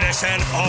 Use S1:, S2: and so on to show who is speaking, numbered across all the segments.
S1: a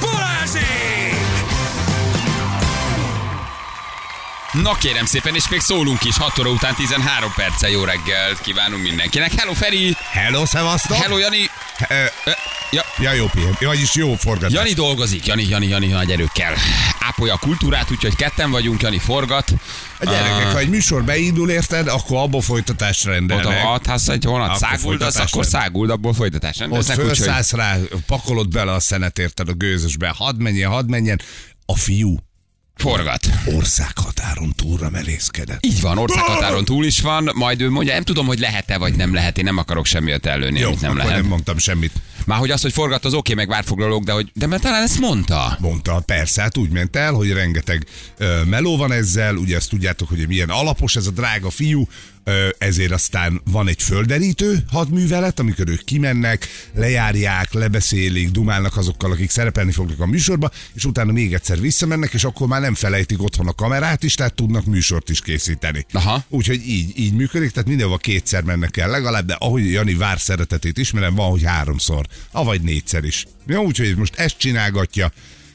S1: Balázsék!
S2: Na kérem szépen, és még szólunk is, 6 óra után 13 perccel jó reggelt kívánunk mindenkinek. Hello Feri!
S3: Hello, szevasztok!
S2: Hello Jani!
S3: Ö,
S2: Ö, Ja,
S3: Ja, jó pihen. Vagyis jó forgatás.
S2: Jani dolgozik, Jani, Jani, Jani nagy erőkkel. Ápolja a kultúrát, úgyhogy ketten vagyunk, Jani forgat.
S3: A gyerekek,
S2: Ah.
S3: ha egy műsor beindul, érted, akkor abból folytatást
S2: Mondom,
S3: rendelnek.
S2: hát ha azt egy holnap
S3: Akkor
S2: száguldasz,
S3: folytatás
S2: akkor
S3: lesz.
S2: száguld, abból folytatás. Nem
S3: Ott
S2: lesznek, úgyhogy
S3: felszállsz rá, pakolod bele a szenet, érted, a gőzösbe. Hadd menjen, hadd menjen. A fiú
S2: forgat.
S3: országhatáron túlra merészkedett.
S2: Így van, országhatáron túl is van, majd ő mondja, nem tudom, hogy lehet-e vagy nem lehet, én nem akarok semmiért előni,
S3: Jó,
S2: amit nem
S3: akkor
S2: lehet.
S3: nem mondtam semmit.
S2: Már hogy az, hogy forgat, az oké, meg várfoglalók, de hogy, de mert talán ezt mondta.
S3: Mondta, persze, hát úgy ment el, hogy rengeteg ö, meló van ezzel, ugye ezt tudjátok, hogy milyen alapos ez a drága fiú, ö, ezért aztán van egy földerítő hadművelet, amikor ők kimennek, lejárják, lebeszélik, dumálnak azokkal, akik szerepelni fognak a műsorba, és utána még egyszer visszamennek, és akkor már nem felejtik otthon a kamerát is, tehát tudnak műsort is készíteni.
S2: Aha.
S3: Úgyhogy így, így működik, tehát mindenhol kétszer mennek el legalább, de ahogy Jani vár szeretetét ismerem, van, hogy háromszor, avagy négyszer is. Jó, úgyhogy most ezt csinálgatja,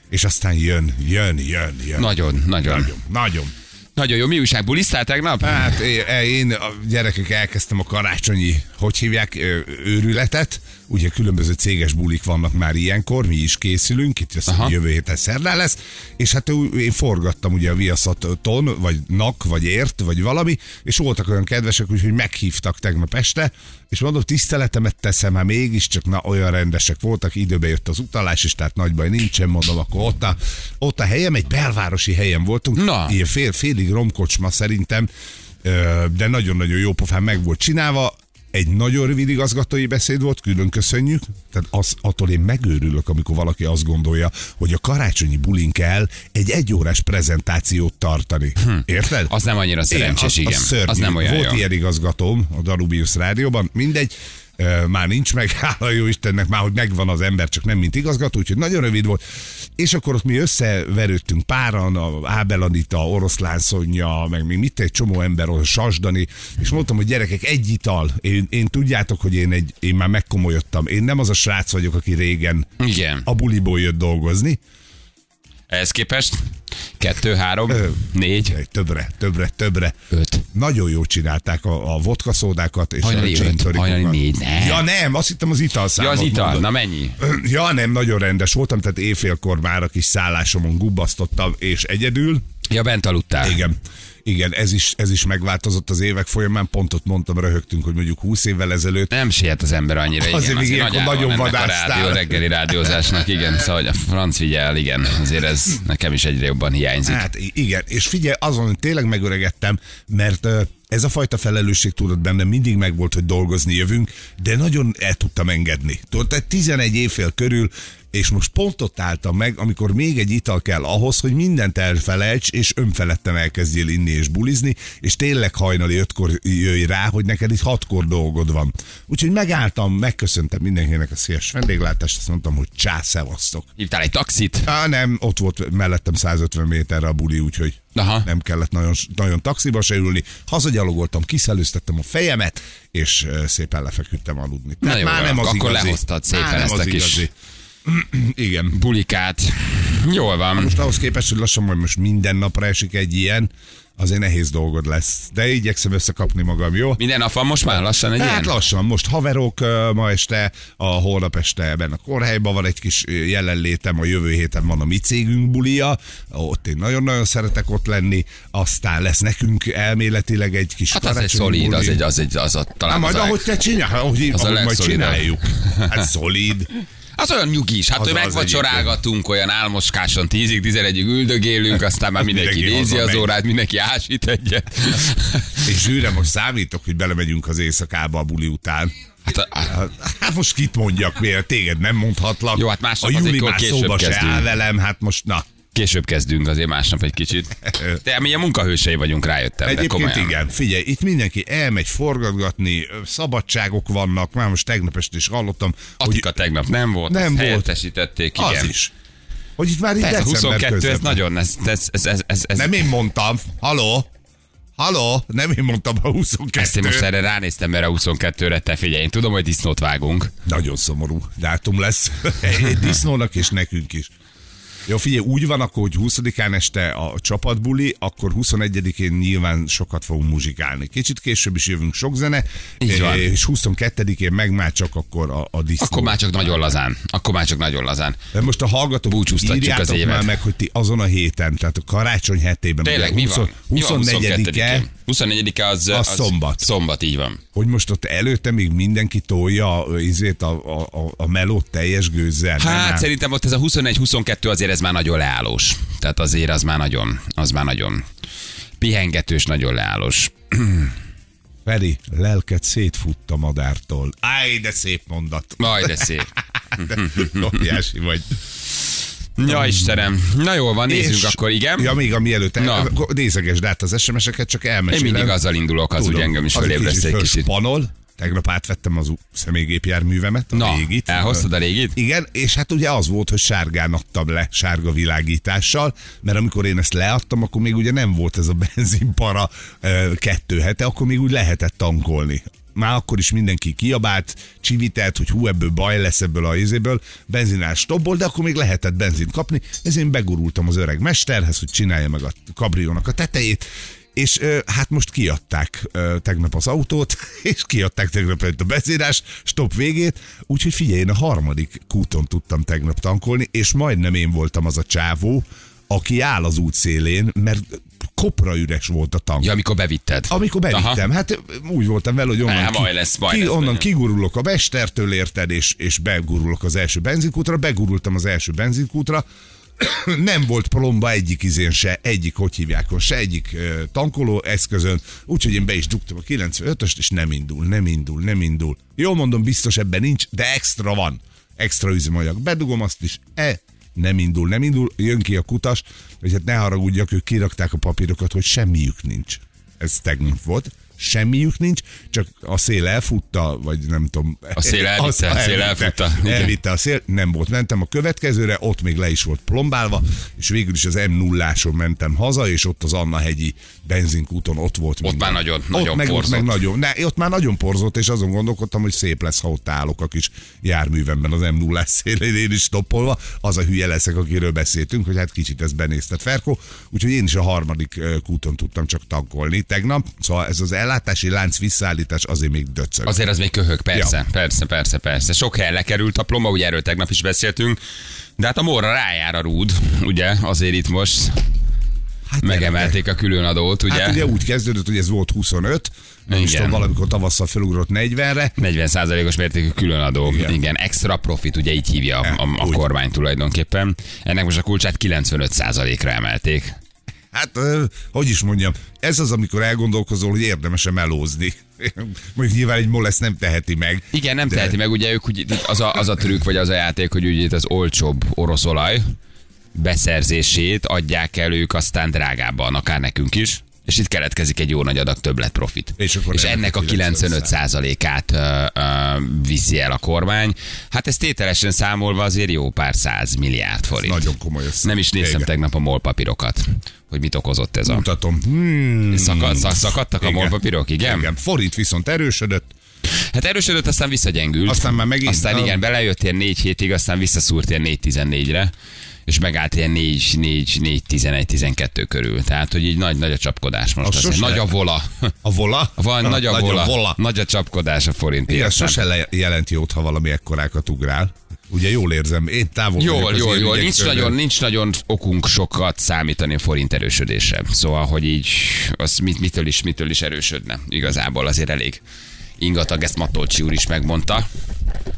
S3: és aztán jön, jön, jön, jön.
S2: Nagyon, nagyon.
S3: Nagyon, nagyon.
S2: Nagyon jó, mi újság, bulisztál tegnap?
S3: Hát én, én a gyerekek elkezdtem a karácsonyi, hogy hívják, ö, őrületet. Ugye különböző céges bulik vannak már ilyenkor, mi is készülünk, itt azt
S2: Aha.
S3: jövő héten szerdán lesz, és hát ú- én forgattam ugye a Viaszaton, vagy NAK, vagy ért, vagy valami, és voltak olyan kedvesek, úgyhogy meghívtak tegnap este, és mondom, tiszteletemet teszem, hát mégiscsak na, olyan rendesek voltak, időbe jött az utalás is, tehát nagy baj nincsen, mondom, akkor ott a, ott a helyem, egy belvárosi helyen voltunk,
S2: Na.
S3: ilyen fél, félig romkocsma szerintem, ö, de nagyon-nagyon jó pofán meg volt csinálva. Egy nagyon rövid igazgatói beszéd volt, külön köszönjük. Tehát az, attól én megőrülök, amikor valaki azt gondolja, hogy a karácsonyi bulin kell egy egyórás prezentációt tartani. Érted?
S2: Hm. Az nem annyira szerencsés,
S3: az,
S2: igen.
S3: az, szörnyű.
S2: Az nem olyan
S3: Volt
S2: jó.
S3: ilyen igazgatóm a Danubius rádióban, mindegy, ö, már nincs meg, hála jó Istennek, már hogy megvan az ember, csak nem mint igazgató, úgyhogy nagyon rövid volt. És akkor ott mi összeverődtünk páran, a Ábel Anita, Oroszlán Szonya, meg még mit egy csomó ember, a Sasdani, és mondtam, hogy gyerekek, egy ital. Én, én tudjátok, hogy én, egy, én már megkomolyodtam. Én nem az a srác vagyok, aki régen
S2: Igen.
S3: a buliból jött dolgozni,
S2: Ehhez képest kettő, három,
S3: Ö.
S2: négy,
S3: Egy többre, többre, többre.
S2: öt.
S3: Nagyon jól csinálták a, a vodka szódákat és
S2: Hajnali
S3: a
S2: öt,
S3: gin tonicokat.
S2: hajnali négy, ne.
S3: Ja nem, azt hittem az
S2: Ja,
S3: italszámot
S2: az ital,
S3: mondod.
S2: na mennyi?
S3: Ja nem, nagyon rendes voltam, tehát éjfélkor már a kis szállásomon gubbasztottam, és egyedül,
S2: Ja, bent aludtál.
S3: igen, igen, ez is, ez is megváltozott az évek folyamán, pont ott mondtam, röhögtünk, hogy mondjuk 20 évvel ezelőtt
S2: Nem siet az ember annyira, igen.
S3: Azért még ilyenkor
S2: nagy álma
S3: nagyon
S2: mennek A
S3: vadásztál.
S2: rádió, reggeli rádiózásnak, igen. Szóval hogy a franc vigyel, igen. Azért ez nekem is egyre jobban hiányzik.
S3: Hát i- igen, és figyelj, azon hogy tényleg megöregettem, mert ö, ez a fajta felelősség tudod bennem mindig megvolt, hogy dolgozni jövünk, de nagyon el tudtam engedni. Tudod, tehát 11 évfél körül, és most pont ott álltam meg, amikor még egy ital kell ahhoz, hogy mindent elfelejts, és önfeledten elkezdjél inni és bulizni, és tényleg hajnali ötkor jöjj rá, hogy neked itt hatkor dolgod van. Úgyhogy megálltam, megköszöntem mindenkinek a szíves vendéglátást, azt mondtam, hogy csá, szevasztok.
S2: Hívtál egy taxit?
S3: Á, nem, ott volt mellettem 150 méterre a buli, úgyhogy
S2: Aha.
S3: nem kellett nagyon, nagyon taxiba se ülni. Hazagyalogoltam, kiszelőztettem a fejemet, és ö, szépen lefeküdtem aludni. Tehát
S2: jó,
S3: már nem az
S2: akkor
S3: igazi.
S2: lehoztad szépen
S3: Már nem
S2: ezt
S3: az
S2: a kis-
S3: igazi. Igen.
S2: Bulikát. Jól van.
S3: Most ahhoz képest, hogy lassan majd most minden napra esik egy ilyen, azért nehéz dolgod lesz. De igyekszem összekapni magam, jó?
S2: Minden nap van most már lassan egy
S3: Hát
S2: ilyen?
S3: lassan, most haverok ö, ma este, a holnap este ebben a kórhelyban van egy kis ö, jelenlétem, a jövő héten van a mi cégünk bulia, ott én nagyon-nagyon szeretek ott lenni, aztán lesz nekünk elméletileg egy kis
S2: Hát az egy
S3: karácsonyi
S2: szolid,
S3: buli.
S2: az egy, az egy, az a, talán
S3: Hát majd
S2: az a
S3: ahogy te csinál, ahogy,
S2: az a
S3: ahogy majd
S2: legszolidabb.
S3: csináljuk. Hát szolid.
S2: Az olyan nyugis, hát
S3: Az
S2: hogy
S3: az
S2: megvacsorálgatunk, olyan álmoskáson tízig, tizenegyig üldögélünk, aztán már mindenki
S3: Mindenki
S2: nézi az
S3: hazamegy.
S2: órát, mindenki ásít egyet.
S3: És zsűre, most számítok, hogy belemegyünk az éjszakába a buli után.
S2: Hát, a-
S3: Hát most kit mondjak, miért téged nem mondhatlak.
S2: Jó, hát másnap
S3: a
S2: azért
S3: Júli
S2: akkor
S3: már
S2: később
S3: szóba se
S2: kezdünk.
S3: áll velem, hát most na.
S2: Később kezdünk, azért másnap egy kicsit. De mi a munkahősei vagyunk, rájöttem. de
S3: Egyébként
S2: komolyan.
S3: igen, figyelj, itt mindenki elmegy forgatgatni, ö, szabadságok vannak, már most tegnap este is hallottam,
S2: Atika tegnap nem volt,
S3: Nem
S2: nem
S3: volt.
S2: volt. helyettesítették,
S3: hogy
S2: igen.
S3: az is. Hogy itt már így
S2: Persze,
S3: december
S2: 22, ez
S3: közepén.
S2: nagyon, ez, ez, ez, ez, ez, ez
S3: Nem én mondtam, haló, haló, nem én mondtam a
S2: ezt én
S3: 22
S2: most erre ránéztem erre a 22-re, te figyelj, én tudom, hogy disznót vágunk.
S3: Nagyon szomorú dátum lesz. Egy disznónak és nekünk is. Jó, figyelj, úgy van akkor, hogy 20-án este a csapatbuli, akkor 21-én nyilván sokat fogunk muzsikálni. Kicsit később is jövünk sok zene,
S2: Így van.
S3: eh, és 22-én meg már csak akkor a, a disznó.
S2: Akkor már csak nagyon lazán. Akkor már csak nagyon lazán.
S3: De most a hallgatók
S2: Búcsúztatjuk
S3: írjátok
S2: az évet.
S3: már meg, hogy ti azon a héten, tehát a karácsony hetében,
S2: Tényleg, mi van? Mi van
S3: 24-e,
S2: 24 -e az,
S3: A
S2: az
S3: szombat.
S2: Szombat, így van.
S3: hogy most ott előtte még mindenki tolja ö, izét a, a, a, a melót teljes gőzzel. nem
S2: Hát
S3: ám?
S2: szerintem ott ez a 21-22 azért ez már nagyon leállós. Tehát azért az már nagyon, az már nagyon pihengetős, nagyon leállós.
S3: Feri, lelked szétfutt a madártól. Áj, de szép mondat.
S2: Majd de szép.
S3: Óriási vagy.
S2: Ja, Istenem. Na jól van, nézzünk
S3: És-
S2: akkor, igen.
S3: Ja, még a mielőtt.
S2: Na.
S3: Na. Nézegesd át az SMS-eket, csak
S2: Én
S3: elmesélem.
S2: mindig azzal indulok, az
S3: Tudom,
S2: úgy engem is
S3: az
S2: felébreszt egy kicsit.
S3: Panol. Tegnap átvettem az ú- személygépjárművemet, a
S2: Na,
S3: régit.
S2: elhoztad a régit?
S3: Igen, és hát ugye az volt, hogy sárgán adtam le, sárga világítással, mert amikor én ezt leadtam, akkor még ugye nem volt ez a benzinpara ö, kettő hete, akkor még úgy lehetett tankolni. Már akkor is mindenki kiabált, csivitelt, hogy hú, ebből baj lesz ebből a izéből, benzinás stopból, de akkor még lehetett benzint kapni, ezért én begurultam az öreg mesterhez, hogy csinálja meg a kabriónak a tetejét, és ö, hát most kiadták ö, tegnap az autót, és kiadták tegnap előtt a bezírás, stop végét, úgyhogy figyelj, én a harmadik kúton tudtam tegnap tankolni, és majdnem én voltam az a csávó, aki áll az út szélén, mert kopra üres volt a tank.
S2: Ja, amikor bevitted.
S3: Amikor bevittem,
S2: Aha.
S3: hát úgy voltam vele, hogy onnan,
S2: Á, majd lesz, majd
S3: ki,
S2: lesz,
S3: onnan
S2: majd.
S3: kigurulok a Bestertől, érted, és, és begurulok az első benzinkútra, begurultam az első benzinkútra, nem volt plomba egyik izén se, egyik, hogy hívjákon se, egyik ö, tankoló eszközön, úgyhogy én be is dugtam a 95-öst, és nem indul, nem indul, nem indul. Jó mondom, biztos ebben nincs, de extra van. Extra üzemanyag. Bedugom azt is, e, nem indul, nem indul, jön ki a kutas, hogy hát ne haragudjak, ők kirakták a papírokat, hogy semmiük nincs. Ez tegnap volt, semmiük nincs, csak a szél elfutta, vagy nem tudom.
S2: A szél elvitte,
S3: Azt
S2: a szél elfutta. Igen.
S3: Elvitte elvitte a szél, nem volt. Mentem a következőre, ott még le is volt plombálva, és végül is az m 0 mentem haza, és ott az Anna-hegyi benzinkúton ott volt minden.
S2: már nagyon-
S3: ott
S2: nagyon
S3: meg, ott
S2: porzott.
S3: meg nagyon, ne, ott már nagyon porzott, és azon gondolkodtam, hogy szép lesz, ha ott állok a kis járművemben az m 0 szélén, én is toppolva, az a hülye leszek, akiről beszéltünk, hogy hát kicsit ezt benéztet Ferko, úgyhogy én is a harmadik ö, kúton tudtam csak tankolni tegnap, szóval ez az ellátási lánc visszaállítás azért még döcög.
S2: Azért az még köhög, persze,
S3: Ja.
S2: ja. persze, persze, persze. Sok helyen lekerült a plomba, ugye erről tegnap is beszéltünk, de hát a morra rájár a rúd, ugye, azért itt most
S3: Hát
S2: megemelték a különadót, ugye,
S3: Hát ugye úgy kezdődött, hogy ez volt 25, nem is
S2: Igen.
S3: tudom, valamikor tavasszal felugrott 40-re,
S2: 40%-os mértékű különadó.
S3: Igen.
S2: Igen. Igen, extra profit, ugye így hívja a, a, a
S3: Úgy.
S2: kormány tulajdonképpen. Ennek most a kulcsát 95%-ra emelték.
S3: hát ö, hogy is mondjam, ez az, amikor elgondolkozol, hogy érdemes-e melózni. Mondjuk nyilván egy molesz nem teheti meg.
S2: Igen, nem
S3: De-
S2: de... teheti meg, ugye ők úgy, az, a, az a trükk, vagy az a játék, hogy ugye itt az olcsóbb orosz olaj beszerzését adják el ők aztán drágábban, akár nekünk is, és itt keletkezik egy jó nagy adag többlet profit.
S3: És akkor
S2: és
S3: ennek
S2: ennek a 95%-át ö, ö, viszi el a kormány. Hát ez tételesen számolva azért jó pár száz milliárd forint.
S3: Nagyon komoly összeg.
S2: Nem is néztem
S3: Igen.
S2: tegnap a MOL papírokat, hogy mit okozott ez a...
S3: Mutatom. Hmm,
S2: Szakad, szak, szakadtak a
S3: Igen.
S2: MOL papírok, igen?
S3: igen, forint viszont erősödött,
S2: Hát erősödött, aztán visszagyengült.
S3: Aztán már megint,
S2: Aztán
S3: nem?
S2: igen, belejött ilyen 4 hétig, aztán visszaszúrt ilyen 4-14-re, és megállt ilyen 4, 4, 4 11, 12 körül. Tehát, hogy így nagy, nagy a csapkodás most.
S3: Az
S2: Az azért.
S3: sose-
S2: Nagy a vola.
S3: a vola.
S2: Van,
S3: Na,
S2: nagy a vola. Nagy a csapkodás a forint
S3: Igen,
S2: piacán.
S3: sose le- jelent jót, ha valami ekkorákat ugrál. Ugye jól érzem, én távol vagyok
S2: Jól,
S3: az
S2: jól,
S3: ilyen
S2: jól. Nincs
S3: ügyektől, de-
S2: nagyon, nincs nagyon okunk sokat számítani a forint erősödésre. Szóval, hogy így az mit, mitől, is, mitől is erősödne. Igazából azért elég ingatag, ezt Matolcsi úr is megmondta.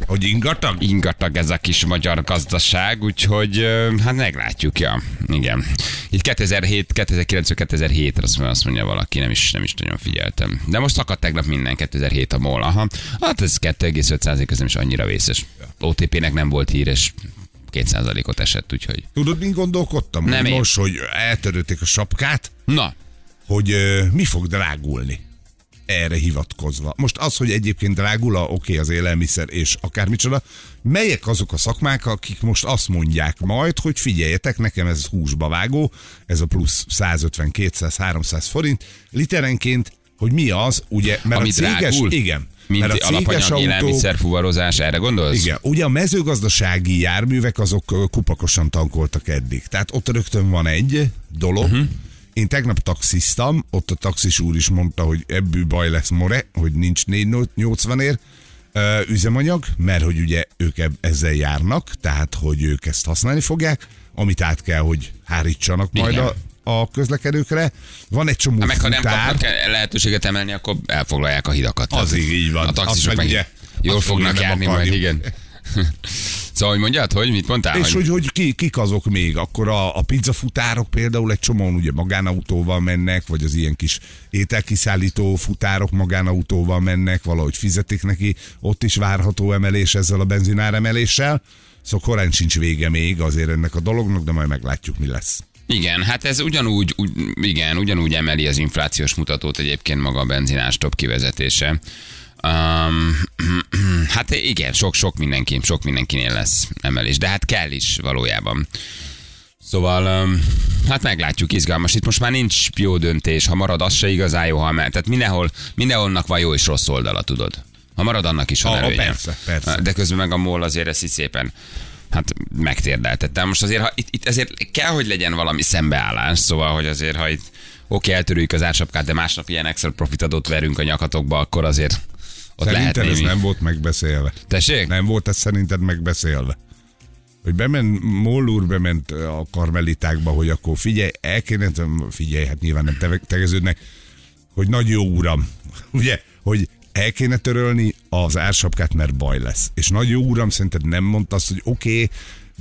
S3: Hogy ingatag?
S2: ingatag ez a kis magyar gazdaság, úgyhogy ö, hát meglátjuk, ja. Igen. Itt 2007, 2009, 2007 azt mondja, azt mondja valaki, nem is, nem is nagyon figyeltem. De most szakadt tegnap minden 2007 a MOL, aha. Hát ez 2,5 százalék, ez nem is annyira vészes. OTP-nek nem volt híres 2%-ot esett, úgyhogy.
S3: Tudod, mint gondolkodtam?
S2: Nem
S3: hogy
S2: én.
S3: Most, hogy eltörölték a sapkát,
S2: Na,
S3: hogy ö, mi fog drágulni erre hivatkozva. Most az, hogy egyébként drágul a, oké, az élelmiszer és akármicsoda, melyek azok a szakmák, akik most azt mondják majd, hogy figyeljetek, nekem ez húsba vágó, ez a plusz 150, 200, 300 forint literenként, hogy mi az, ugye, mert
S2: ami
S3: a céges,
S2: drágul?
S3: igen,
S2: Mint
S3: mert a céges
S2: alapanyag,
S3: autók,
S2: élelmiszer, fuvarozás, erre gondolsz?
S3: igen, ugye a mezőgazdasági járművek azok ö, kupakosan tankoltak eddig. Tehát ott rögtön van egy dolog.
S2: Mhm.
S3: Uh-huh. Én tegnap taxiztam, ott a taxis úr is mondta, hogy ebből baj lesz more, hogy nincs 480 ér ö, üzemanyag, mert hogy ugye ők eb- ezzel járnak, tehát hogy ők ezt használni fogják, amit át kell, hogy hárítsanak majd
S2: Igen.
S3: a, a közlekedőkre. Van egy csomó
S2: Ha meg ha nem
S3: futár.
S2: kapnak lehetőséget emelni, akkor elfoglalják a hidakat.
S3: Az így, így van.
S2: A
S3: Azt
S2: taxisok
S3: meg
S2: meg
S3: ugye-
S2: jól
S3: azt
S2: fognak
S3: ugye nem
S2: járni majd,
S3: akarjuk.
S2: igen. szóval, hogy mondjad, hogy mit mondtál?
S3: És
S2: hogy...
S3: hogy, hogy ki, kik azok még? Akkor a, a pizzafutárok például egy csomóan ugye magánautóval mennek, vagy az ilyen kis ételkiszállító futárok magánautóval mennek, valahogy fizetik neki, ott is várható emelés ezzel a benzináremeléssel. Szóval korán sincs vége még azért ennek a dolognak, de majd meglátjuk, mi lesz.
S2: Igen, hát ez ugyanúgy, úgy, igen, ugyanúgy emeli az inflációs mutatót egyébként maga a benzinás top kivezetése. Um, hát igen, sok-sok mindenki, sok mindenkinél lesz emelés, de hát kell is valójában. Szóval, um, hát meglátjuk, izgalmas. Itt most már nincs jó döntés, ha marad, az se igazán jó, ha mert. Tehát mindenhol, mindenholnak van jó és rossz oldala, tudod. Ha marad, annak is van
S3: Ha- ha
S2: előnye.
S3: persze, persze.
S2: De közben meg a MOL azért ezt így szépen hát megtérdeltette. Most azért, ha itt, itt azért kell, hogy legyen valami szembeállás, szóval, hogy azért, ha itt oké, eltörőjük az ársapkát, de másnap ilyen extra profitadót verünk a nyakatokba, akkor azért ott lehet
S3: Szerinted ez
S2: némi.
S3: nem volt megbeszélve.
S2: Tessék?
S3: Nem volt ez szerinted megbeszélve? Hogy bement, Moll úr bement a karmelitákba, hogy akkor figyelj, el kéne, figyelj, hát nyilván nem teve- tegeződnek, hogy nagy jó uram, ugye, hogy el kéne törölni az ársapkát, mert baj lesz. És nagy jó uram, szerinted nem mondta azt, hogy oké, okay,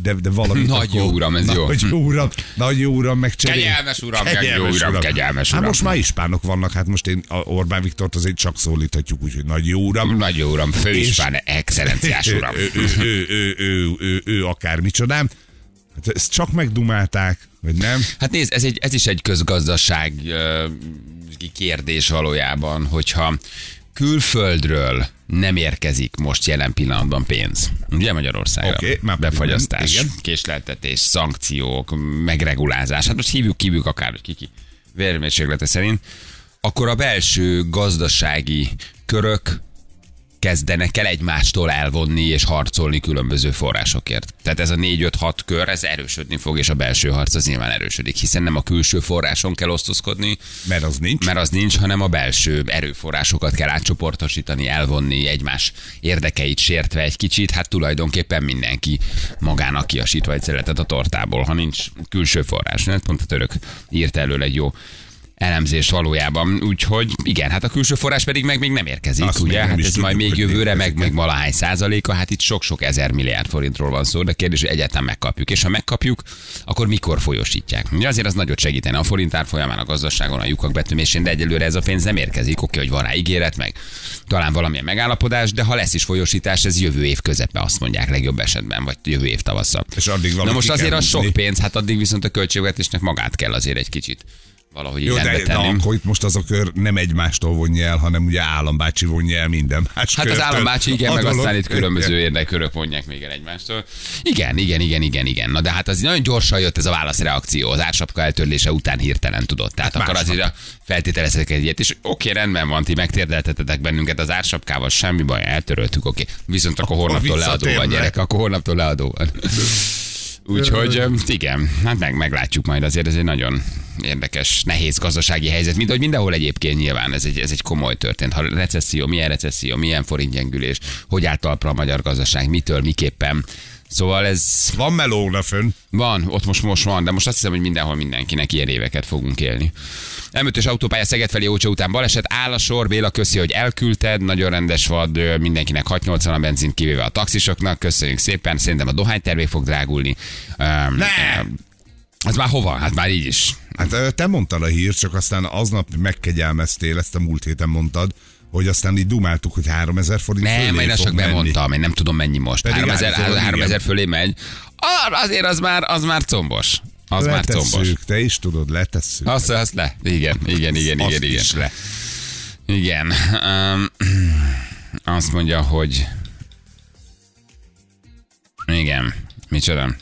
S3: de, de valami.
S2: Nagy jó uram, ez jó.
S3: Nagy jó uram, nagy jó uram, meg cserél.
S2: Kegyelmes uram, kegyelmes uram, kegyelmes
S3: Hát
S2: uram.
S3: most már ispánok vannak, hát most én a Orbán Viktort azért csak szólíthatjuk, úgyhogy nagy jó uram.
S2: Nagy jó uram, főispán,
S3: És-
S2: excellenciás uram.
S3: Ő, ő, ő, ő, ő, ő, ő akármicsodám. Hát ezt csak megdumálták, vagy nem?
S2: Hát nézd, ez, egy, ez is egy közgazdaság ö, kérdés valójában, hogyha külföldről nem érkezik most jelen pillanatban pénz. Ugye Magyarországra?
S3: Oké, már pedig
S2: Befagyasztás,
S3: nem,
S2: igen.
S3: igen.
S2: késleltetés, szankciók, megregulázás. Hát most hívjuk, hívjuk akár, hogy kiki vérmérséklete szerint. Akkor a belső gazdasági körök kezdenek el egymástól elvonni és harcolni különböző forrásokért. Tehát ez a 4-5-6 kör, ez erősödni fog, és a belső harc az nyilván erősödik, hiszen nem a külső forráson kell osztozkodni,
S3: Mert az nincs.
S2: mert az nincs, hanem a belső erőforrásokat kell átcsoportosítani, elvonni egymás érdekeit sértve egy kicsit, hát tulajdonképpen mindenki magának kiasítva egy szeretet a tortából, ha nincs külső forrás. Nem? Pont a török írt elől egy jó elemzés valójában, úgyhogy igen, hát a külső forrás pedig meg még nem érkezik,
S3: Azt
S2: ugye?
S3: még nem
S2: hát
S3: is
S2: ez
S3: tudjuk,
S2: majd még
S3: hogy
S2: jövőre, meg,
S3: érkezik-e.
S2: meg valahány százaléka, hát itt sok-sok ezer milliárd forintról van szó, de kérdés, hogy egyáltalán megkapjuk. És ha megkapjuk, akkor mikor folyosítják? Ugye azért az nagyot segítene a forintár folyamán, a gazdaságon, a lyukak betömésén, de egyelőre ez a pénz nem érkezik. Oké, hogy van rá ígéret, meg talán valamilyen megállapodás, de ha lesz is folyosítás, ez jövő év közepe, azt mondják legjobb esetben, vagy jövő év tavasszal.
S3: És addig
S2: Na
S3: valami
S2: most
S3: ki kell
S2: azért az sok
S3: húzni.
S2: pénz, hát addig viszont a költségvetésnek magát kell azért egy kicsit valahogy így
S3: Jó,
S2: rendbe
S3: de, de
S2: tennünk.
S3: akkor itt most az a kör nem egymástól vonja el, hanem ugye állambácsi vonja el minden más
S2: Hát az
S3: körtől.
S2: állambácsi, igen,
S3: A
S2: meg
S3: dolog-
S2: aztán itt különböző érdekkörök vonják még el egymástól. Igen, igen, igen, igen, igen. Na de hát az nagyon gyorsan jött ez a válaszreakció, az ársapka eltörlése után hirtelen tudott. Tehát hát akkor
S3: másnap.
S2: azért a feltételezhetek egy ilyet, és oké, rendben van, ti megtérdeltetetek bennünket az ársapkával, semmi baj, eltöröltük, oké. Viszont akkor holnaptól leadó van,
S3: visszatérnek.
S2: gyerek, akkor holnaptól leadó van. Úgyhogy öm, igen, hát meg, meglátjuk majd azért, ez egy nagyon érdekes, nehéz gazdasági helyzet, mint ahogy mindenhol egyébként nyilván ez egy, ez egy komoly történt. Ha recesszió, milyen recesszió, milyen forintgyengülés, hogy áll talpra a magyar gazdaság, mitől, miképpen. Szóval ez
S3: Van melóna fönn.
S2: van, ott most most van, de most azt hiszem, hogy mindenhol mindenkinek ilyen éveket fogunk élni. M5-ös autópálya Szeged felé Ócsa után baleset, áll a sor, Béla köszi, hogy elküldted, nagyon rendes vad, ö, mindenkinek 680 a benzint, kivéve a taxisoknak, köszönjük szépen, szerintem a dohánytermék fog drágulni. Um,
S3: Ne!
S2: Az már hova? Hát már így is.
S3: Hát ö, te mondtad a hír, csak aztán aznap megkegyelmeztél, ezt a múlt héten mondtad, hogy aztán így dumáltuk, hogy 3000 forint
S2: Nem,
S3: fölé
S2: én azt
S3: fog
S2: csak
S3: menni.
S2: bemondtam, én nem tudom mennyi most.
S3: Pedig
S2: 3000,
S3: állítólag igen.
S2: 3000 fölé megy. Ar- Azért az már, az már combos. Az már combos.
S3: letesszük, te is tudod, letesszük.
S2: Azt, azt le. Igen, igen, igen,
S3: Azt
S2: igen, igen.
S3: is le.
S2: Igen. Um, azt mondja, hogy... Igen. Micsoda?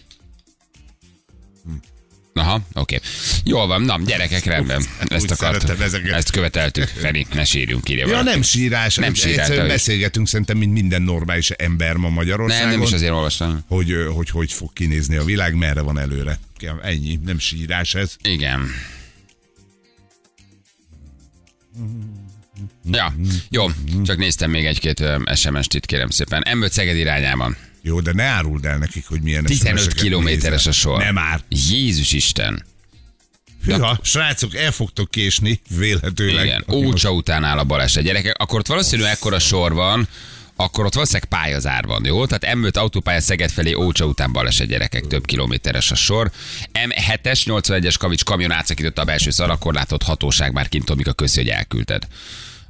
S2: Aha, oké. Jól van, na, gyerekek, rendben. Ezt
S3: úgy
S2: akartuk.
S3: szeretem ezeket.
S2: Ezt követeltük. Feri, ne sírjunk, írja
S3: Ja,
S2: valaki.
S3: nem sírás,
S2: Nem
S3: nem
S2: sírás,
S3: sírás egyszerűen
S2: de is.
S3: beszélgetünk szerintem, mint minden normális ember ma Magyarországon.
S2: Nem, nem is azért olvastam.
S3: hogy, ö, hogy hogy fog kinézni a világ, merre van előre. Ja, Ennyi, nem sírás ez.
S2: Igen. Ja, jó, csak néztem még egy-két ö, SMS-t itt, kérem szépen. M5 Szeged irányában.
S3: Jó, de ne áruld el nekik, hogy milyen
S2: 15
S3: SMS-eket
S2: kilométeres
S3: nézel.
S2: a sor.
S3: Nem már.
S2: Jézus Isten.
S3: Hűha, srácok, el fogtok késni, véletőleg.
S2: Igen, ócsa után áll a baleset. Gyerekek, akkor ott valószínűleg ekkora sor van, akkor ott valószínűleg pályazár van, jó? Tehát M5 autópálya Szeged felé Ócsa után baleset gyerekek, több kilométeres a sor. M7-es, 81-es kavics kamion átszakította a belső szarakorlátot, hatóság már kint Tomika, köszi, hogy elküldted.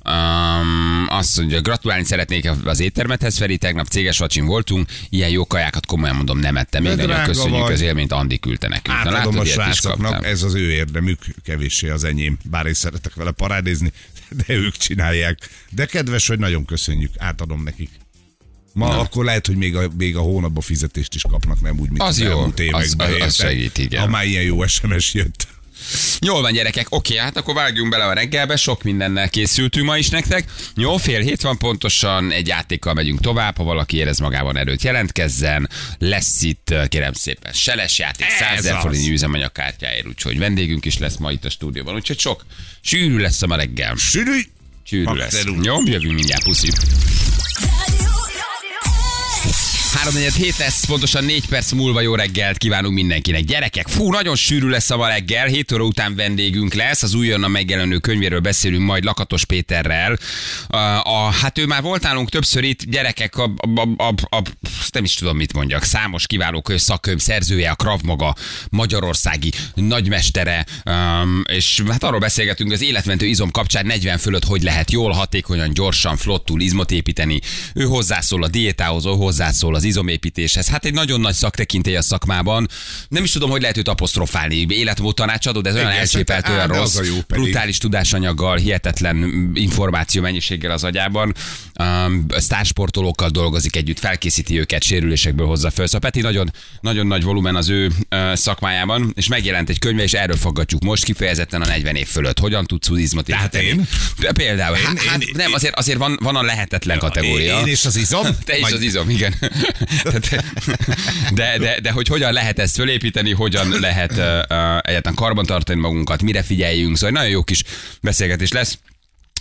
S2: Um, azt mondja, gratulálni szeretnék az éttermethez, Feri, tegnap céges vacsin voltunk, ilyen jó kajákat komolyan mondom nem ettem, én
S3: De
S2: nagyon
S3: drága
S2: köszönjük
S3: vagy.
S2: az élményt, Andi küldte nekünk. Na,
S3: Átadom
S2: látod,
S3: a
S2: ilyet is
S3: srácoknak,
S2: kaptam.
S3: ez az ő érdemük, kevéssé az enyém, bár én szeretek vele parádézni, de ők csinálják. De kedves, hogy nagyon köszönjük, átadom nekik. Ma Na. akkor lehet, hogy még a, még a hónapban fizetést is kapnak, nem úgy, mint
S2: Az
S3: az,
S2: jó,
S3: elmúlt
S2: az-
S3: években.
S2: az- az
S3: érted?
S2: segít, igen.
S3: Ha már ilyen jó SMS jött.
S2: Jól van, gyerekek, oké, hát akkor vágjunk bele a reggelbe, sok mindennel készültünk ma is nektek. Jó, fél hét van pontosan, egy játékkal megyünk tovább, ha valaki érez magában erőt, jelentkezzen. Lesz itt, kérem szépen, seles játék,
S3: Ez
S2: 100 ezer
S3: az.
S2: forint üzemanyagkártyáért, úgyhogy vendégünk is lesz ma itt a stúdióban, úgyhogy sok sűrű lesz a ma reggel.
S3: Sűrű!
S2: Sűrű lesz.
S3: Abszolút.
S2: Jó, jövünk mindjárt, puszi. 347 lesz, pontosan 4 perc múlva jó reggelt kívánunk mindenkinek. Gyerekek, fú, nagyon sűrű lesz a ma reggel, 7 óra után vendégünk lesz, az újonnan megjelenő könyvéről beszélünk majd Lakatos Péterrel. A, a, hát ő már volt nálunk többször itt, gyerekek, a, a, a, a, a, nem is tudom mit mondjak, számos kiváló könyv, szakkönyv szerzője, a Krav Maga, magyarországi nagymestere, um, és hát arról beszélgetünk az életmentő izom kapcsán 40 fölött, hogy lehet jól, hatékonyan, gyorsan, flottul izmot építeni. Ő hozzászól a diétához, ő hozzászól az izomépítéshez. Hát egy nagyon nagy szaktekintély a szakmában. Nem is tudom, hogy lehet őt apostrofálni. Életmód tanácsadó, de ez olyan
S3: Igen,
S2: elcsépelt,
S3: szerintem-
S2: olyan
S3: á, de
S2: rossz,
S3: az a jó pedig.
S2: brutális tudásanyaggal, hihetetlen információ mennyiséggel az agyában. Um, sztársportolókkal dolgozik együtt, felkészíti őket, sérülésekből hozza föl. Szóval Peti nagyon, nagyon nagy volumen az ő uh, szakmájában, és megjelent egy könyve, és erről foggatjuk most kifejezetten a 40 év fölött. Hogyan tudsz izmot
S3: Tehát
S2: építeni?
S3: én?
S2: De Például. Én, hát,
S3: én-
S2: hát, nem, azért, azért van, van a lehetetlen kategória.
S3: Én és az izom?
S2: Te is
S3: Majd-
S2: az izom, igen. Tehát- De, de, de hogy hogyan lehet ezt fölépíteni, hogyan lehet uh, uh, egyáltalán karbantartani magunkat, mire figyeljünk, szóval egy nagyon jó kis beszélgetés lesz.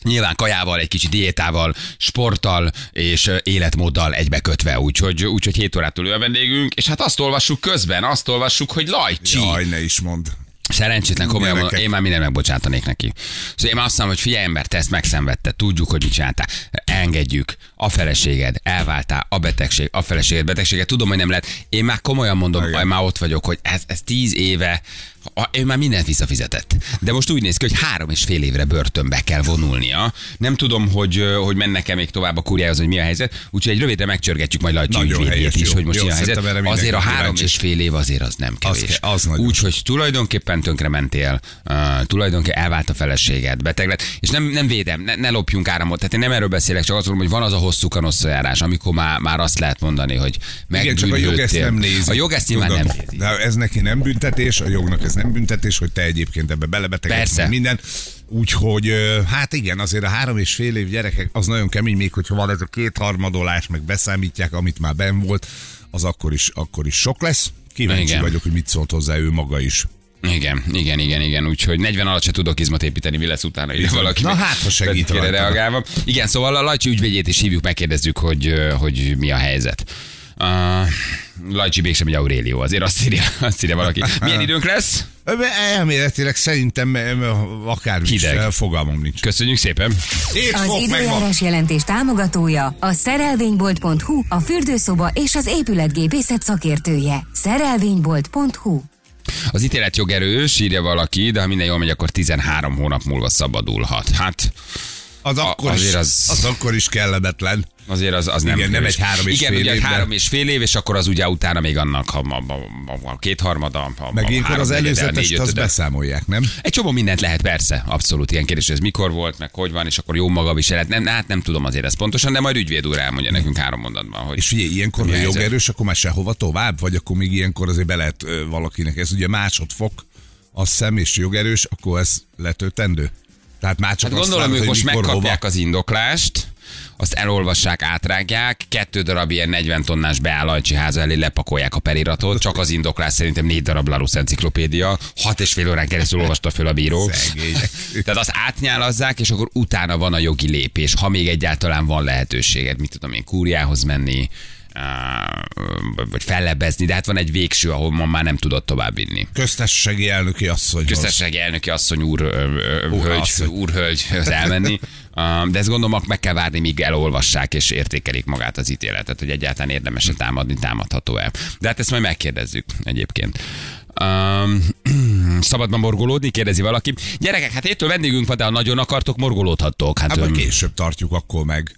S2: Nyilván kajával, egy kicsi diétával, sporttal és ö, életmóddal egybekötve, úgyhogy, úgyhogy 7 órától ő a vendégünk, és hát azt olvassuk közben, azt olvassuk, hogy Lajcsi.
S3: Jaj, ne is mond.
S2: Szerencsétlen komolyan
S3: Gyerekek.
S2: mondom, én már minden megbocsátanék neki. Szóval én már azt mondom, hogy figyelj ember, te ezt megszenvedte, tudjuk, hogy mit csináltál. Engedjük. A feleséged, elváltál, a betegség, a feleséged, betegséget, tudom, hogy nem lehet. Én már komolyan mondom,
S3: Igen.
S2: én már ott vagyok, hogy ez, ez tíz éve, a- ő már mindent visszafizetett. De most úgy néz ki, hogy három és fél évre börtönbe kell vonulnia. Nem tudom, hogy, ö, hogy mennek-e még tovább a kurjához, hogy mi a helyzet. Úgyhogy egy rövidre megcsörgetjük majd Lajcsi
S3: Nagyon
S2: ügyvédjét
S3: helyes,
S2: is,
S3: jó.
S2: hogy most
S3: Jó,
S2: mi a helyzet.
S3: szerintem erre mindenki
S2: Azért a három
S3: kíváncsi.
S2: és fél év azért az nem kevés.
S3: ke- az nagyon.
S2: Úgyhogy tulajdonképpen tönkre mentél, uh, tulajdonképpen elvált a feleséged, beteg lett, és nem, nem védem, ne, ne lopjunk áramot. Tehát én nem erről beszélek, csak azt mondom, hogy van az a hosszú kanosszajárás, amikor már, már azt lehet mondani, hogy
S3: Igen, csak a jog ezt
S2: megbűnhődtél.
S3: nem nézi.
S2: A jog ezt nyilván
S3: Tudom.
S2: nem nézi.
S3: De ez neki nem büntetés, a jognak ez nem büntetés, hogy te egyébként ebbe belebetegedsz.
S2: Persze.
S3: meg Minden. Úgyhogy, ö, hát igen, azért a három és fél év gyerekek, az nagyon kemény, még hogyha van ez a kétharmadolás, meg beszámítják, amit már ben volt, az akkor is, akkor is sok lesz. Kíváncsi
S2: Igen.
S3: igen. vagyok, hogy mit szólt hozzá ő maga is.
S2: Igen, igen, igen, igen. Úgyhogy 40 alatt se tudok izmot építeni, mi lesz utána, ide
S3: Így van.
S2: valaki.
S3: Na hát, ha segít
S2: Betikére
S3: rajta.
S2: reagálva. Igen, szóval a Lajcsi ügyvédjét is hívjuk, megkérdezzük, hogy, ö, hogy mi a helyzet. Uh, Lajcsi mégsem egy Aurélió, azért azt írja, azt írja valaki. Milyen időnk lesz?
S3: Ö, Elméletileg szerintem ö, akármi is,
S2: Hideg.
S3: ö, fogalmam nincs.
S2: Köszönjük szépen!
S3: Két
S4: Az
S3: fok megvan.
S4: időjárás jelentés támogatója a szerelvénybolt.hu, a fürdőszoba és az épületgépészet szakértője. Szerelvénybolt.hu
S2: Az ítélet jogerős, írja valaki, de ha minden jól megy, akkor 13 hónap múlva szabadulhat. Hát,
S3: Az
S2: A-
S3: akkor, is,
S2: azért
S3: az...
S2: az-
S3: az akkor is kellemetlen.
S2: Azért az, az
S3: Igen,
S2: nem,
S3: nem
S2: kevés.
S3: egy három és
S2: Igen,
S3: fél
S2: ugye egy
S3: évben.
S2: három és fél év, és akkor az ugye utána még annak ha, ha, ha, ha, ha kétharmada, ha- ha,
S3: Meg
S2: ha
S3: ilyenkor az
S2: háromnegyede,
S3: előzetest azt
S2: négyötöde.
S3: beszámolják, nem?
S2: Egy csomó mindent lehet, persze, abszolút ilyen kérdés, hogy ez mikor volt, meg hogy van, és akkor jó maga viselet. Nem, hát nem tudom azért ezt pontosan, de majd ügyvéd úr elmondja nekünk három mondatban, hogy
S3: És figyelj, ilyenkor,
S2: Mi
S3: ha
S2: a helyzet?
S3: jogerős, akkor már sehova tovább, vagy akkor még ilyenkor azért be lehet ö, valakinek. Ez ugye másodfok, azt hiszem, és jogerős, akkor ez letöltendő. Tehát már csak
S2: Hát
S3: azt
S2: gondolom,
S3: várod,
S2: ők
S3: hogy
S2: most
S3: mikor,
S2: megkapják
S3: hova.
S2: az indoklást, azt elolvassák, átrágják, kettő darab ilyen 40 tonnás beállajcsi háza elé lepakolják a peliratot, csak az indoklás szerintem négy darab Larusz enciklopédia, hat és fél órán keresztül olvasta föl a bíró.
S3: Szegények.
S2: Tehát azt átnyálazzák, és akkor utána van a jogi lépés, ha még egyáltalán van lehetőséged, mit tudom én, kúriához menni, á, vagy fellebbezni, de hát van egy végső, ahol ma már nem tudod tovább vinni.
S3: Köztársasági elnöki asszony.
S2: Köztársasági elnöki asszony úr, ö, ö, hölgy,
S3: asszony.
S2: úrhölgyhöz elmenni. Um, De ezt gondolom, meg kell várni, míg elolvassák és értékelik magát az ítéletet, hogy egyáltalán érdemes-e támadni, támadható-e. De hát ezt majd megkérdezzük egyébként. Um, szabadban morgolódni, kérdezi valaki. Gyerekek, hát héttől vendégünk van, de ha nagyon akartok, morgolódhattok. Hát,
S3: Hát
S2: öm,
S3: majd később tartjuk akkor meg.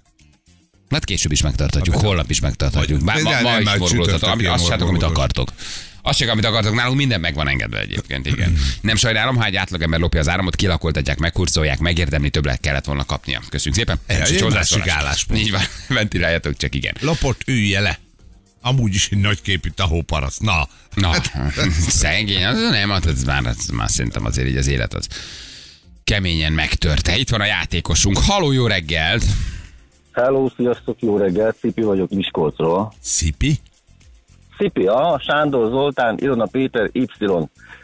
S2: hát később is megtarthatjuk, holnap is megtarthatjuk.
S3: Vagy-
S2: Már ma,
S3: de nem,
S2: ma is
S3: már
S2: morgolódhatok,
S3: csütörtök
S2: amit-
S3: ilyen
S2: azt csináltok, amit
S3: morgolódás.
S2: akartok. Azt csak, amit akartok, nálunk minden meg van engedve egyébként, igen. Nem sajnálom, ha egy átlagember lopja az áramot, kilakoltatják, megkurcolják, megérdemli, többet kellett volna kapnia. Köszönjük szépen.
S3: Ez
S2: Nincs
S3: egy
S2: hozzászólás.
S3: másik álláspont.
S2: Így van, ventiláljátok csak, igen.
S3: Lopott ülje le. Amúgy is egy nagyképű tahóparasz. Na,
S2: Na,
S3: Hát-
S2: szegény, az nem, hát ez már, ez már szerintem azért így az élet az keményen megtörte. Itt van a játékosunk. Haló, jó reggelt!
S5: Hello, sziasztok, jó reggelt, Szipi vagyok Miskolcról.
S3: Szipi?
S5: Szipi, a Sándor Zoltán, Ilona Péter, Y.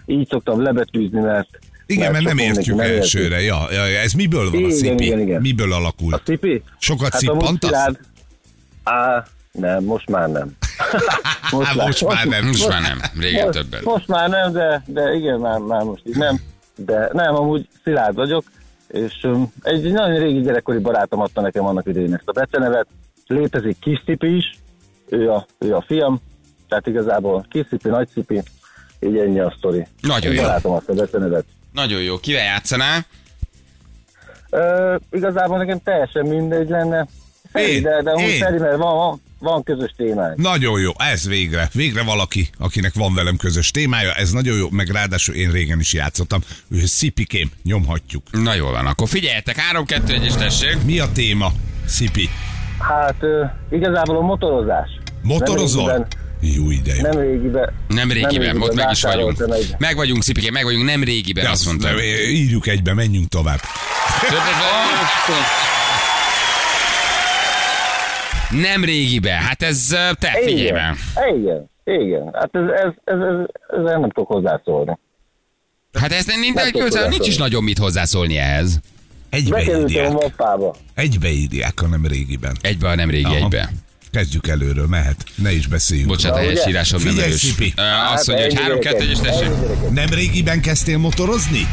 S5: Így szoktam lebetűzni, mert...
S3: Igen, mert nem
S5: sokan
S3: értjük
S5: nem értik.
S3: elsőre. Ja, ja, ja, ez miből van a
S5: Igen,
S3: szipi?
S5: igen, igen.
S3: Miből
S5: A
S3: alakult?
S5: Szipi? Hát
S3: Sokat
S5: a
S3: szippantasz?
S5: Muszilárd- Á, nem, most már nem.
S3: Á, Hát most már nem.
S2: Most már nem, régen többet.
S5: Most, most már nem, de, de igen, már, már most így nem. De nem, amúgy Szilárd vagyok, és um, egy nagyon régi gyerekkori barátom adta nekem annak idején ezt a becenevet. Létezik kis Szipi is, ő a, ő a fiam, tehát igazából kis Szipi, nagy Szipi, így ennyi a sztori.
S2: Nagyon jó.
S5: Barátom adta a becenevet.
S2: Nagyon jó. Kivel játszanál?
S5: Ö, igazából nekem teljesen mindegy lenne. Feri,
S3: Én?
S5: de, de amúgy
S3: Én?
S5: Feri, mert van, van, van közös témánk.
S3: Nagyon jó, ez végre. Végre valaki, akinek van velem közös témája, ez nagyon jó, meg ráadásul én régen is játszottam. Ő Szipikém, nyomhatjuk.
S2: Na jól van, akkor figyeljetek, 3, 2, 1 és tessék.
S3: Mi a téma, Szipi?
S5: Hát ö, igazából a motorozás.
S3: Motorozol?
S5: Nemrégiben-
S3: Jó ideje.
S5: Nem régiben.
S2: Nem régiben, ott meg is vagyunk.
S5: vásároltam egy-
S2: Meg vagyunk, Szipike, meg vagyunk, nem régiben, azt mondtam.
S3: Írjuk egybe, menjünk tovább.
S2: Nem régiben, hát ez ö, te figyelj
S5: Igen,
S2: be.
S5: igen, igen. Hát ez, ez, ez, ez, ezzel nem tudok hozzászólni.
S2: Hát ez nincs, nincs,
S5: Nem tudok
S2: nincs is
S5: hozzászólni.
S2: nagyon mit hozzászólni ehhez.
S5: Bekerültem a
S3: Egybeírják.
S5: mappába.
S3: Egybeírják a nem régiben.
S2: Egybe a nem régi
S3: Aha.
S2: egybe.
S3: Kezdjük előről, mehet. Ne is beszéljünk.
S2: Bocsánat, a
S5: Na,
S2: helyes
S5: ugye?
S2: írásom nem
S3: Figyelj,
S2: erős.
S3: Szipi.
S2: Ö,
S5: Hát
S2: Azt mondja, hogy
S5: ennyi
S2: 3, 2, 1 és
S5: gyerekek,
S2: tessék.
S5: ennyi gyerekek.
S3: Nem régiben kezdtél motorozni?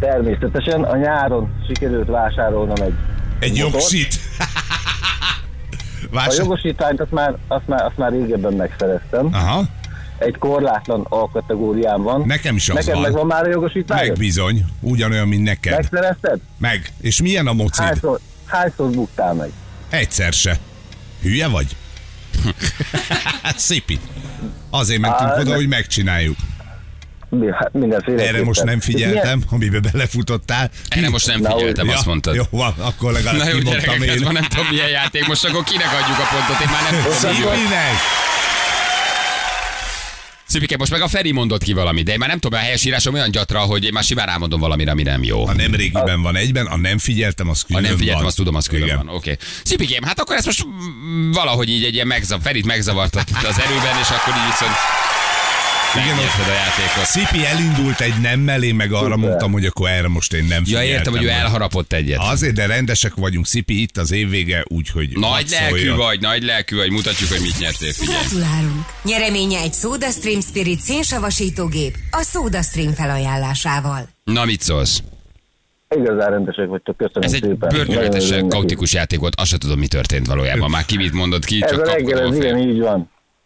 S5: Természetesen a nyáron sikerült vásárolnom egy
S3: Egy
S5: Motor?
S3: jogsit.
S5: a
S2: Hát
S3: Vásár...
S5: jogosítványt azt már, azt már, azt már régebben megszereztem.
S3: Aha,
S5: Egy korlátlan alkategóriám van.
S3: Nekem is az
S5: Neked
S3: van.
S5: megvan már a jogosítvány?
S3: meg bizony. Ugyanolyan, mint neked.
S5: Megszerezted?
S3: Meg. És milyen a mocid?
S5: Hányszor, hányszor buktál meg?
S3: Egyszer se. Hülye vagy? Szipi. Azért mentünk
S5: Á,
S3: oda,
S5: ne-
S3: hogy megcsináljuk.
S5: Mi- Hát mindenféle.
S3: Erre most nem figyeltem, amiben belefutottál.
S2: Erre most nem
S5: Na,
S2: figyeltem,
S3: Ja,
S2: azt
S3: Jó,
S2: mondtad.
S3: van, akkor legalább
S2: Na jó,
S3: kimondtam
S2: gyerekek, ez
S3: én.
S2: ma nem tudom milyen játék, most akkor kinek adjuk a pontot, én már nem tudom.
S3: Szipinek!
S2: Szipike, most meg a Feri mondott ki valamit, de én már nem tudom, a helyes írásom olyan gyatra, hogy én már simán rámondom valamire, ami nem jó.
S3: A nem régiben van egyben, a nem figyeltem, az
S2: Ha
S3: külön
S2: nem figyeltem,
S3: Hát, van.
S2: azt tudom, az külön
S3: Igen.
S2: van. Oké. Okay. Szipikém, hát akkor ezt most mm, valahogy így egy ilyen megzav, Ferit megzavartat itt az erőben, és akkor így viszont
S3: Igen,
S2: megnyerted a játékot.
S3: Szipi elindult egy nemmel, én meg arra mondtam, hogy akkor erre most én nem
S2: Ja,
S3: figyeltem. Hát,
S2: értem, hogy ő elharapott egyet.
S3: Azért, de rendesek vagyunk, Szipi itt az évvége, úgyhogy hadd
S2: Nagy
S3: hát szóljon.
S2: lelkű vagy, nagy lelkű vagy, mutatjuk, hogy mit nyertél, figyelj.
S4: Gratulálunk! Nyereménye egy SodaStream Spirit szénsavasítógép a SodaStream felajánlásával.
S2: Na, mit szólsz?
S5: Igazán rendesek vagytok, köszönöm
S2: Ez egy
S5: szépen.
S2: bőrületesen
S5: Nagyon örülök neki.
S2: kaotikus játék volt, azt se tudom, mi történt valójában. Már ki mit mondott ki,
S5: Ez
S2: csak
S5: a reggel,
S2: kapkodó
S5: ez igen,
S2: fél.
S5: így van.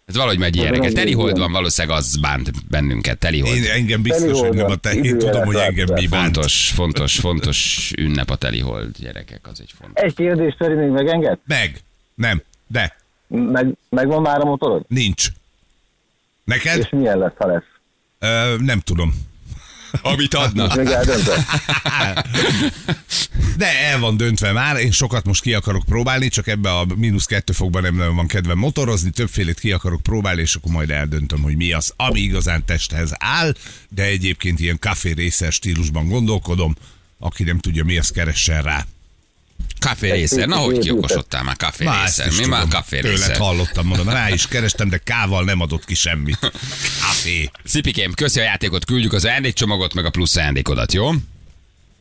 S2: Ez Hát valahogy megy ilyeneket.
S5: nagyon
S2: Teli hold
S5: igen.
S2: van, valószínűleg az bánt bennünket. Teli hold.
S3: Én engem biztos, hogy nem a te. Én tudom, hogy engem mi bánt.
S2: Fontos, fontos, fontos ünnep a teli hold, gyerekek, az egy fontos.
S5: Egy kérdés, Feri, még megenged?
S3: Meg. Nem. De.
S5: Meg, megvan már a motorod?
S3: Nincs. Neked?
S5: És milyen lesz, ha lesz?
S3: Ö, nem tudom.
S2: Amit adna.
S5: Még eldöntöd?
S3: De el van döntve már, én sokat most ki akarok próbálni, csak ebbe a mínusz kettő fokban nem nagyon van kedvem motorozni, többfélét ki akarok próbálni, és akkor majd eldöntöm, hogy mi az, ami igazán testhez áll, de egyébként ilyen kafé részes stílusban gondolkodom, aki nem tudja mi, az keressen rá.
S2: Kávé részer. Na, hogy kiokosodtál már kávé
S3: Már
S2: részer?
S3: ezt is
S2: Mi már
S3: tudom.
S2: kávé
S3: Tőled
S2: részer?
S3: hallottam, mondom, rá is kerestem, de kával nem adott ki semmit. Kávé.
S2: Szipikém, köszi a játékot, küldjük az ajándékcsomagot, meg a plusz ajándékodat, jó?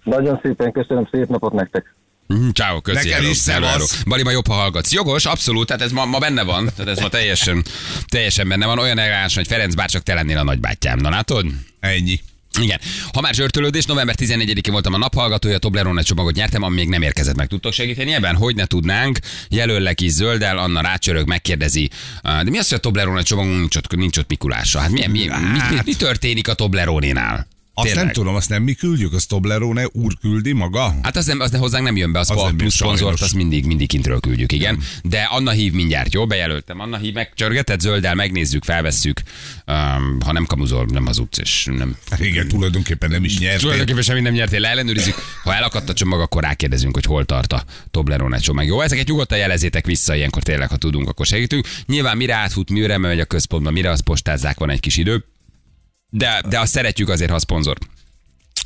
S5: Nagyon szépen köszönöm, szép napot nektek.
S2: Mhm, Ciao, köszi.
S3: Neked
S2: hello,
S3: is,
S2: hello, hello.
S3: szevasz.
S2: Bali, ma jobb, ha hallgatsz. Jogos, abszolút, tehát ez ma, ma benne van, tehát ez ma teljesen, teljesen benne van. Olyan elegáns, hogy Ferenc bárcsak te lennél a nagybátyám, na látod?
S3: Ennyi.
S2: Igen. Ha már zsörtölődés, november 14-én voltam a naphallgatója, Toblerone csomagot nyertem, ami még nem érkezett meg. Tudtok segíteni ebben? Hogy ne tudnánk? Jelöllek is zöldel, Anna rácsörög, megkérdezi. "Ah, De mi az, hogy a Toblerone csomagunk nincs ott, nincs ott Mikulása? Hát, mi, mi, mi, mi, mi történik a Toblerone-nál?
S3: Azt
S2: Tényleg.
S3: nem tudom, azt nem mi küldjük, azt Toblerone úr küldi maga?
S2: Hát az, nem, az ne hozzánk nem jön be, az,
S3: Az
S2: az
S3: nem
S2: plusz
S3: jön,
S2: szponzort,
S3: sajnos.
S2: azt mindig, mindig kintről küldjük, igen. De Anna hív mindjárt, jó? Bejelöltem. Anna hív, megcsörgetett zölddel, megnézzük, felvesszük. Um, ha nem kamuzol, nem az utc, és nem
S3: Igen, tulajdonképpen nem is nyertél.
S2: Tulajdonképpen semmit nem nyertél, ellenőrizzük. Ha elakadt a csomag, akkor rákérdezünk, hogy hol tart a Toblerone csomag. Jó, ezeket nyugodtan jelezzétek vissza, ilyenkor tényleg, ha tudunk, akkor segítünk. Nyilván mire átfut, mire megy a központba, mire azt postázzák, van egy kis idő. De, de azt szeretjük azért, ha a szponzor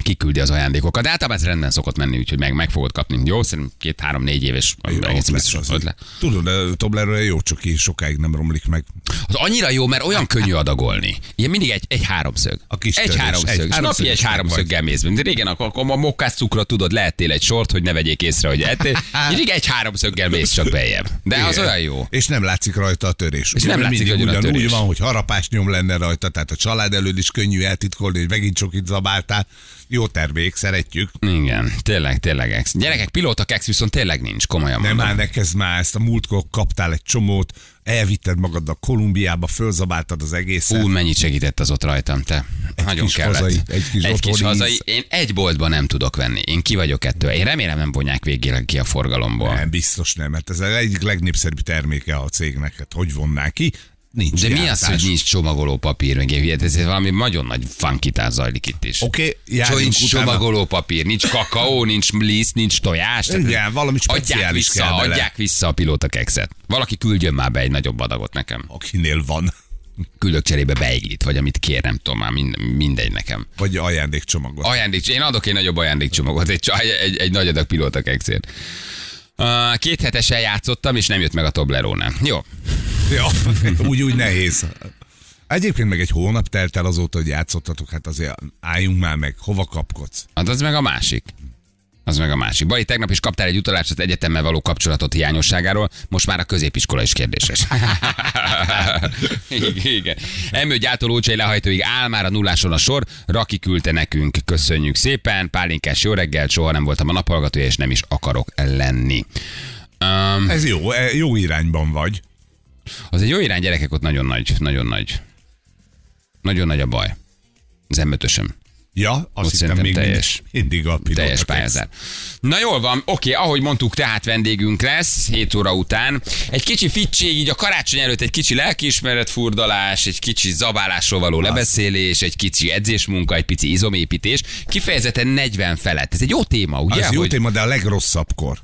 S2: kiküldi az ajándékokat. De általában ez rendben szokott menni, úgyhogy meg, meg fogod kapni. Jó, szerintem két-három-négy éves.
S3: Jó,
S2: egészen
S3: lesz
S2: biztos,
S3: az.
S2: ötlet.
S3: Tudod, a Toblerone jó, csak így sokáig nem romlik meg.
S2: Az annyira jó, mert olyan könnyű adagolni. Ilyen mindig egy, egy háromszög.
S3: A kis
S2: egy
S3: törés, egy
S2: háromszög. Egy
S3: háromszög
S2: napi
S3: is
S2: egy
S3: meg
S2: háromszöggel mész. be. De régen akkor, akkor a mokkás cukrot tudod, lehettél egy sort, hogy ne vegyék észre, hogy ettél. Mindig egy háromszöggel mész csak beljebb. De az
S3: Igen.
S2: olyan jó.
S3: És nem látszik rajta a törés.
S2: És nem
S3: Ugye,
S2: látszik,
S3: mindig
S2: hogy jön a
S3: ugyanúgy
S2: törés.
S3: van, hogy harapás nyom lenne rajta, tehát a család elől is könnyű eltitkolni, hogy megint sok itt zabáltál. Jó termék, szeretjük.
S2: Igen, tényleg, tényleg. ex. Gyerekek, pilóta kex viszont tényleg nincs, komolyan
S3: Nem hát-
S2: mondom.
S3: már nekez már ezt a múltkor kaptál egy csomót, elvitted magaddal Kolumbiába, fölzabáltad az egészet.
S2: Ú, mennyit segített az ott rajtam, te. Egy Nagyon
S3: kis
S2: kellett.
S3: hazai, egy kis
S2: egy kis
S3: otthoni
S2: hazai.
S3: íz.
S2: Én egy boltban nem tudok venni. Én ki vagyok ettől. Én remélem nem vonják végére ki a forgalomból.
S3: Nem, biztos nem, mert ez az egyik legnépszerűbb terméke a cégnek, hát hogy vonnák ki? Nincs
S2: De mi az,
S3: gyártás.
S2: hogy nincs csomagoló papír, meg ilyen hülyet? ez valami nagyon nagy funkitás zajlik itt is.
S3: Oké,
S2: Csó,
S3: járjunk
S2: nincs
S3: utána.
S2: csomagoló papír, nincs kakaó, nincs liszt, nincs tojás. tehát
S3: Igen, valami
S2: adják
S3: speciális
S2: vissza,
S3: kell bele.
S2: adják vissza a pilóta kekszet. Valaki küldjön már be egy nagyobb adagot nekem.
S3: Akinél van,
S2: Küldök cserébe beiglit, vagy amit kér, nem tudom már, mind, mindegy nekem.
S3: vagy ajándékcsomagot.
S2: Ajándék, én adok egy nagyobb ajándékcsomagot, egy, egy, egy, egy nagy adag pilóta kekszért. Uh, két hetesen játszottam, és nem jött meg a Toblerone. Jó,
S3: Ja, úgy, úgy nehéz. Egyébként meg egy hónap telt el azóta, hogy játszottatok, hát azért álljunk már meg, hova kapkodsz?
S2: Hát az meg a másik. Az meg a másik. Bali, tegnap is kaptál egy utalást az egyetemmel való kapcsolatot hiányosságáról, most már a középiskola is kérdéses. Igen. Emő gyától Ócsai lehajtóig áll már a nulláson a sor, Raki küldte nekünk, köszönjük szépen, Pálinkás jó reggelt, soha nem voltam a naphallgatója, és nem is akarok lenni. Um,
S3: Ez jó, e, jó irányban vagy.
S2: az egy jó irány, gyerekek, ott nagyon nagy, nagyon nagy. Nagyon nagy a baj. Az m
S3: Ja, azt hittem
S2: szerintem
S3: még
S2: teljes-
S3: mindig, mindig a pilóta.
S2: teljes pályázat. Na jól van, oké, ahogy mondtuk, tehát vendégünk lesz 7 óra után. Egy kicsi fittség, így a karácsony előtt egy kicsi lelkiismeret furdalás, egy kicsi zabálásról való lebeszélés, egy kicsi edzésmunka, egy pici izomépítés, kifejezetten 40 felett. Ez egy jó téma, ugye?
S3: Ez jó
S2: Hogy-
S3: téma, de a legrosszabbkor.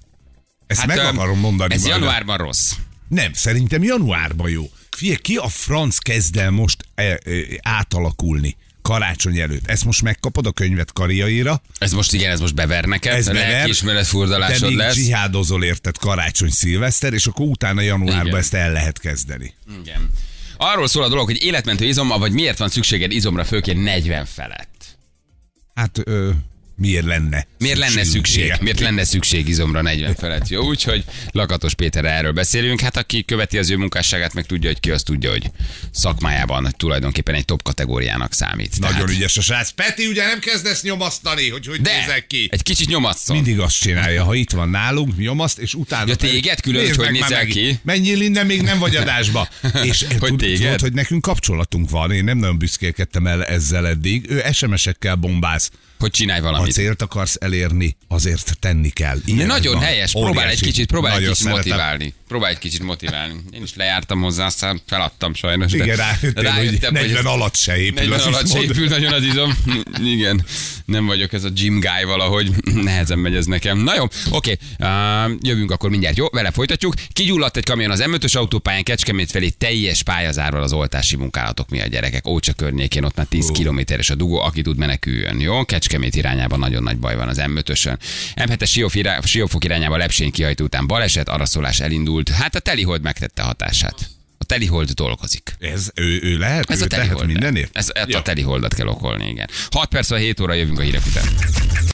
S3: Ezt hát, meg
S2: öm,
S3: akarom mondani.
S2: Ez
S3: majd.
S2: januárban rossz.
S3: Nem, szerintem januárban jó. Figyelj, ki a franc kezd el most e, e, átalakulni karácsony előtt? Ezt most megkapod a könyvet karjaira,
S2: Ez most igen, ez most bever neked.
S3: Ez
S2: a
S3: bever,
S2: lelkiismeret
S3: de
S2: furdalásod
S3: még lesz.
S2: lesz.
S3: dzsihádozol érted karácsony, szilveszter, és akkor utána januárban
S2: Igen.
S3: ezt el lehet kezdeni.
S2: Igen. Arról szól a dolog, hogy életmentő izommal, vagy miért van szükséged izomra főként 40 felett.
S3: Hát ö, miért lenne
S2: Miért lenne szükség? Miért lenne szükség izomra 40 felett? Jó, úgyhogy Lakatos Péter erről beszélünk. Hát aki követi az ő munkásságát, meg tudja, hogy ki azt tudja, hogy szakmájában tulajdonképpen egy top kategóriának számít.
S3: Nagyon
S2: Tehát-
S3: ügyes a srác. Peti, ugye nem kezdesz nyomasztani, hogy hogy
S2: De
S3: nézek ki?
S2: egy kicsit nyomatszon.
S3: Mindig azt csinálja, ha itt van nálunk, nyomaszt, és utána...
S2: Ja, téged külön,
S3: Nézd
S2: hogy
S3: meg
S2: hogy
S3: már
S2: nézel
S3: meg-
S2: ki?
S3: Menjél innen, még nem vagy adásba. És
S2: Hogy
S3: tud,
S2: téged?
S3: Tudod, hogy nekünk kapcsolatunk van. Én nem nagyon büszkélkedtem el ezzel eddig. Ő SMS-ekkel bombáz.
S2: Hogy csinálj
S3: Ha
S2: valamit.
S3: célt akarsz elérni, azért tenni kell. Ilyen
S2: De nagyon
S3: van.
S2: helyes, próbál egy
S3: Óriási.
S2: kicsit, próbál egy
S3: Nagyon
S2: kicsit
S3: szeretem.
S2: motiválni. Próbál egy kicsit motiválni. Én is lejártam hozzá, aztán feladtam sajnos. de
S3: Igen, rájöttél, hogy
S2: rájöttem,
S3: 40 alatt se épül.
S2: 40
S3: azt is
S2: alatt se
S3: mondd.
S2: épül nagyon az izom. Igen, nem vagyok ez a gym guy valahogy. Nehezen megy ez nekem. Na jó, oké, okay. jövünk akkor mindjárt. Jó, vele folytatjuk. Kigyulladt egy kamion az M5-ös autópályán Kecskemét felé teljes pályazárval az oltási munkálatok miatt gyerekek. Ócsa környékén ott már 10 kilométeres a dugó, aki tud meneküljön. Jó, Kecskemét irányában nagyon nagy baj van az M5-ösön. M7-es Sióf irá- Siófok irányába lepsény kihajtó után baleset, araszolás elindult. Hát a telihold megtette hatását. A telihold dolgozik.
S3: Ez ő, ő lehet?
S2: Ez
S3: ő
S2: a
S3: lehet
S2: telihold.
S3: mindenért?
S2: Ez, ez a teliholdat kell okolni, igen. 6 perc a 7 óra jövünk a hírek után.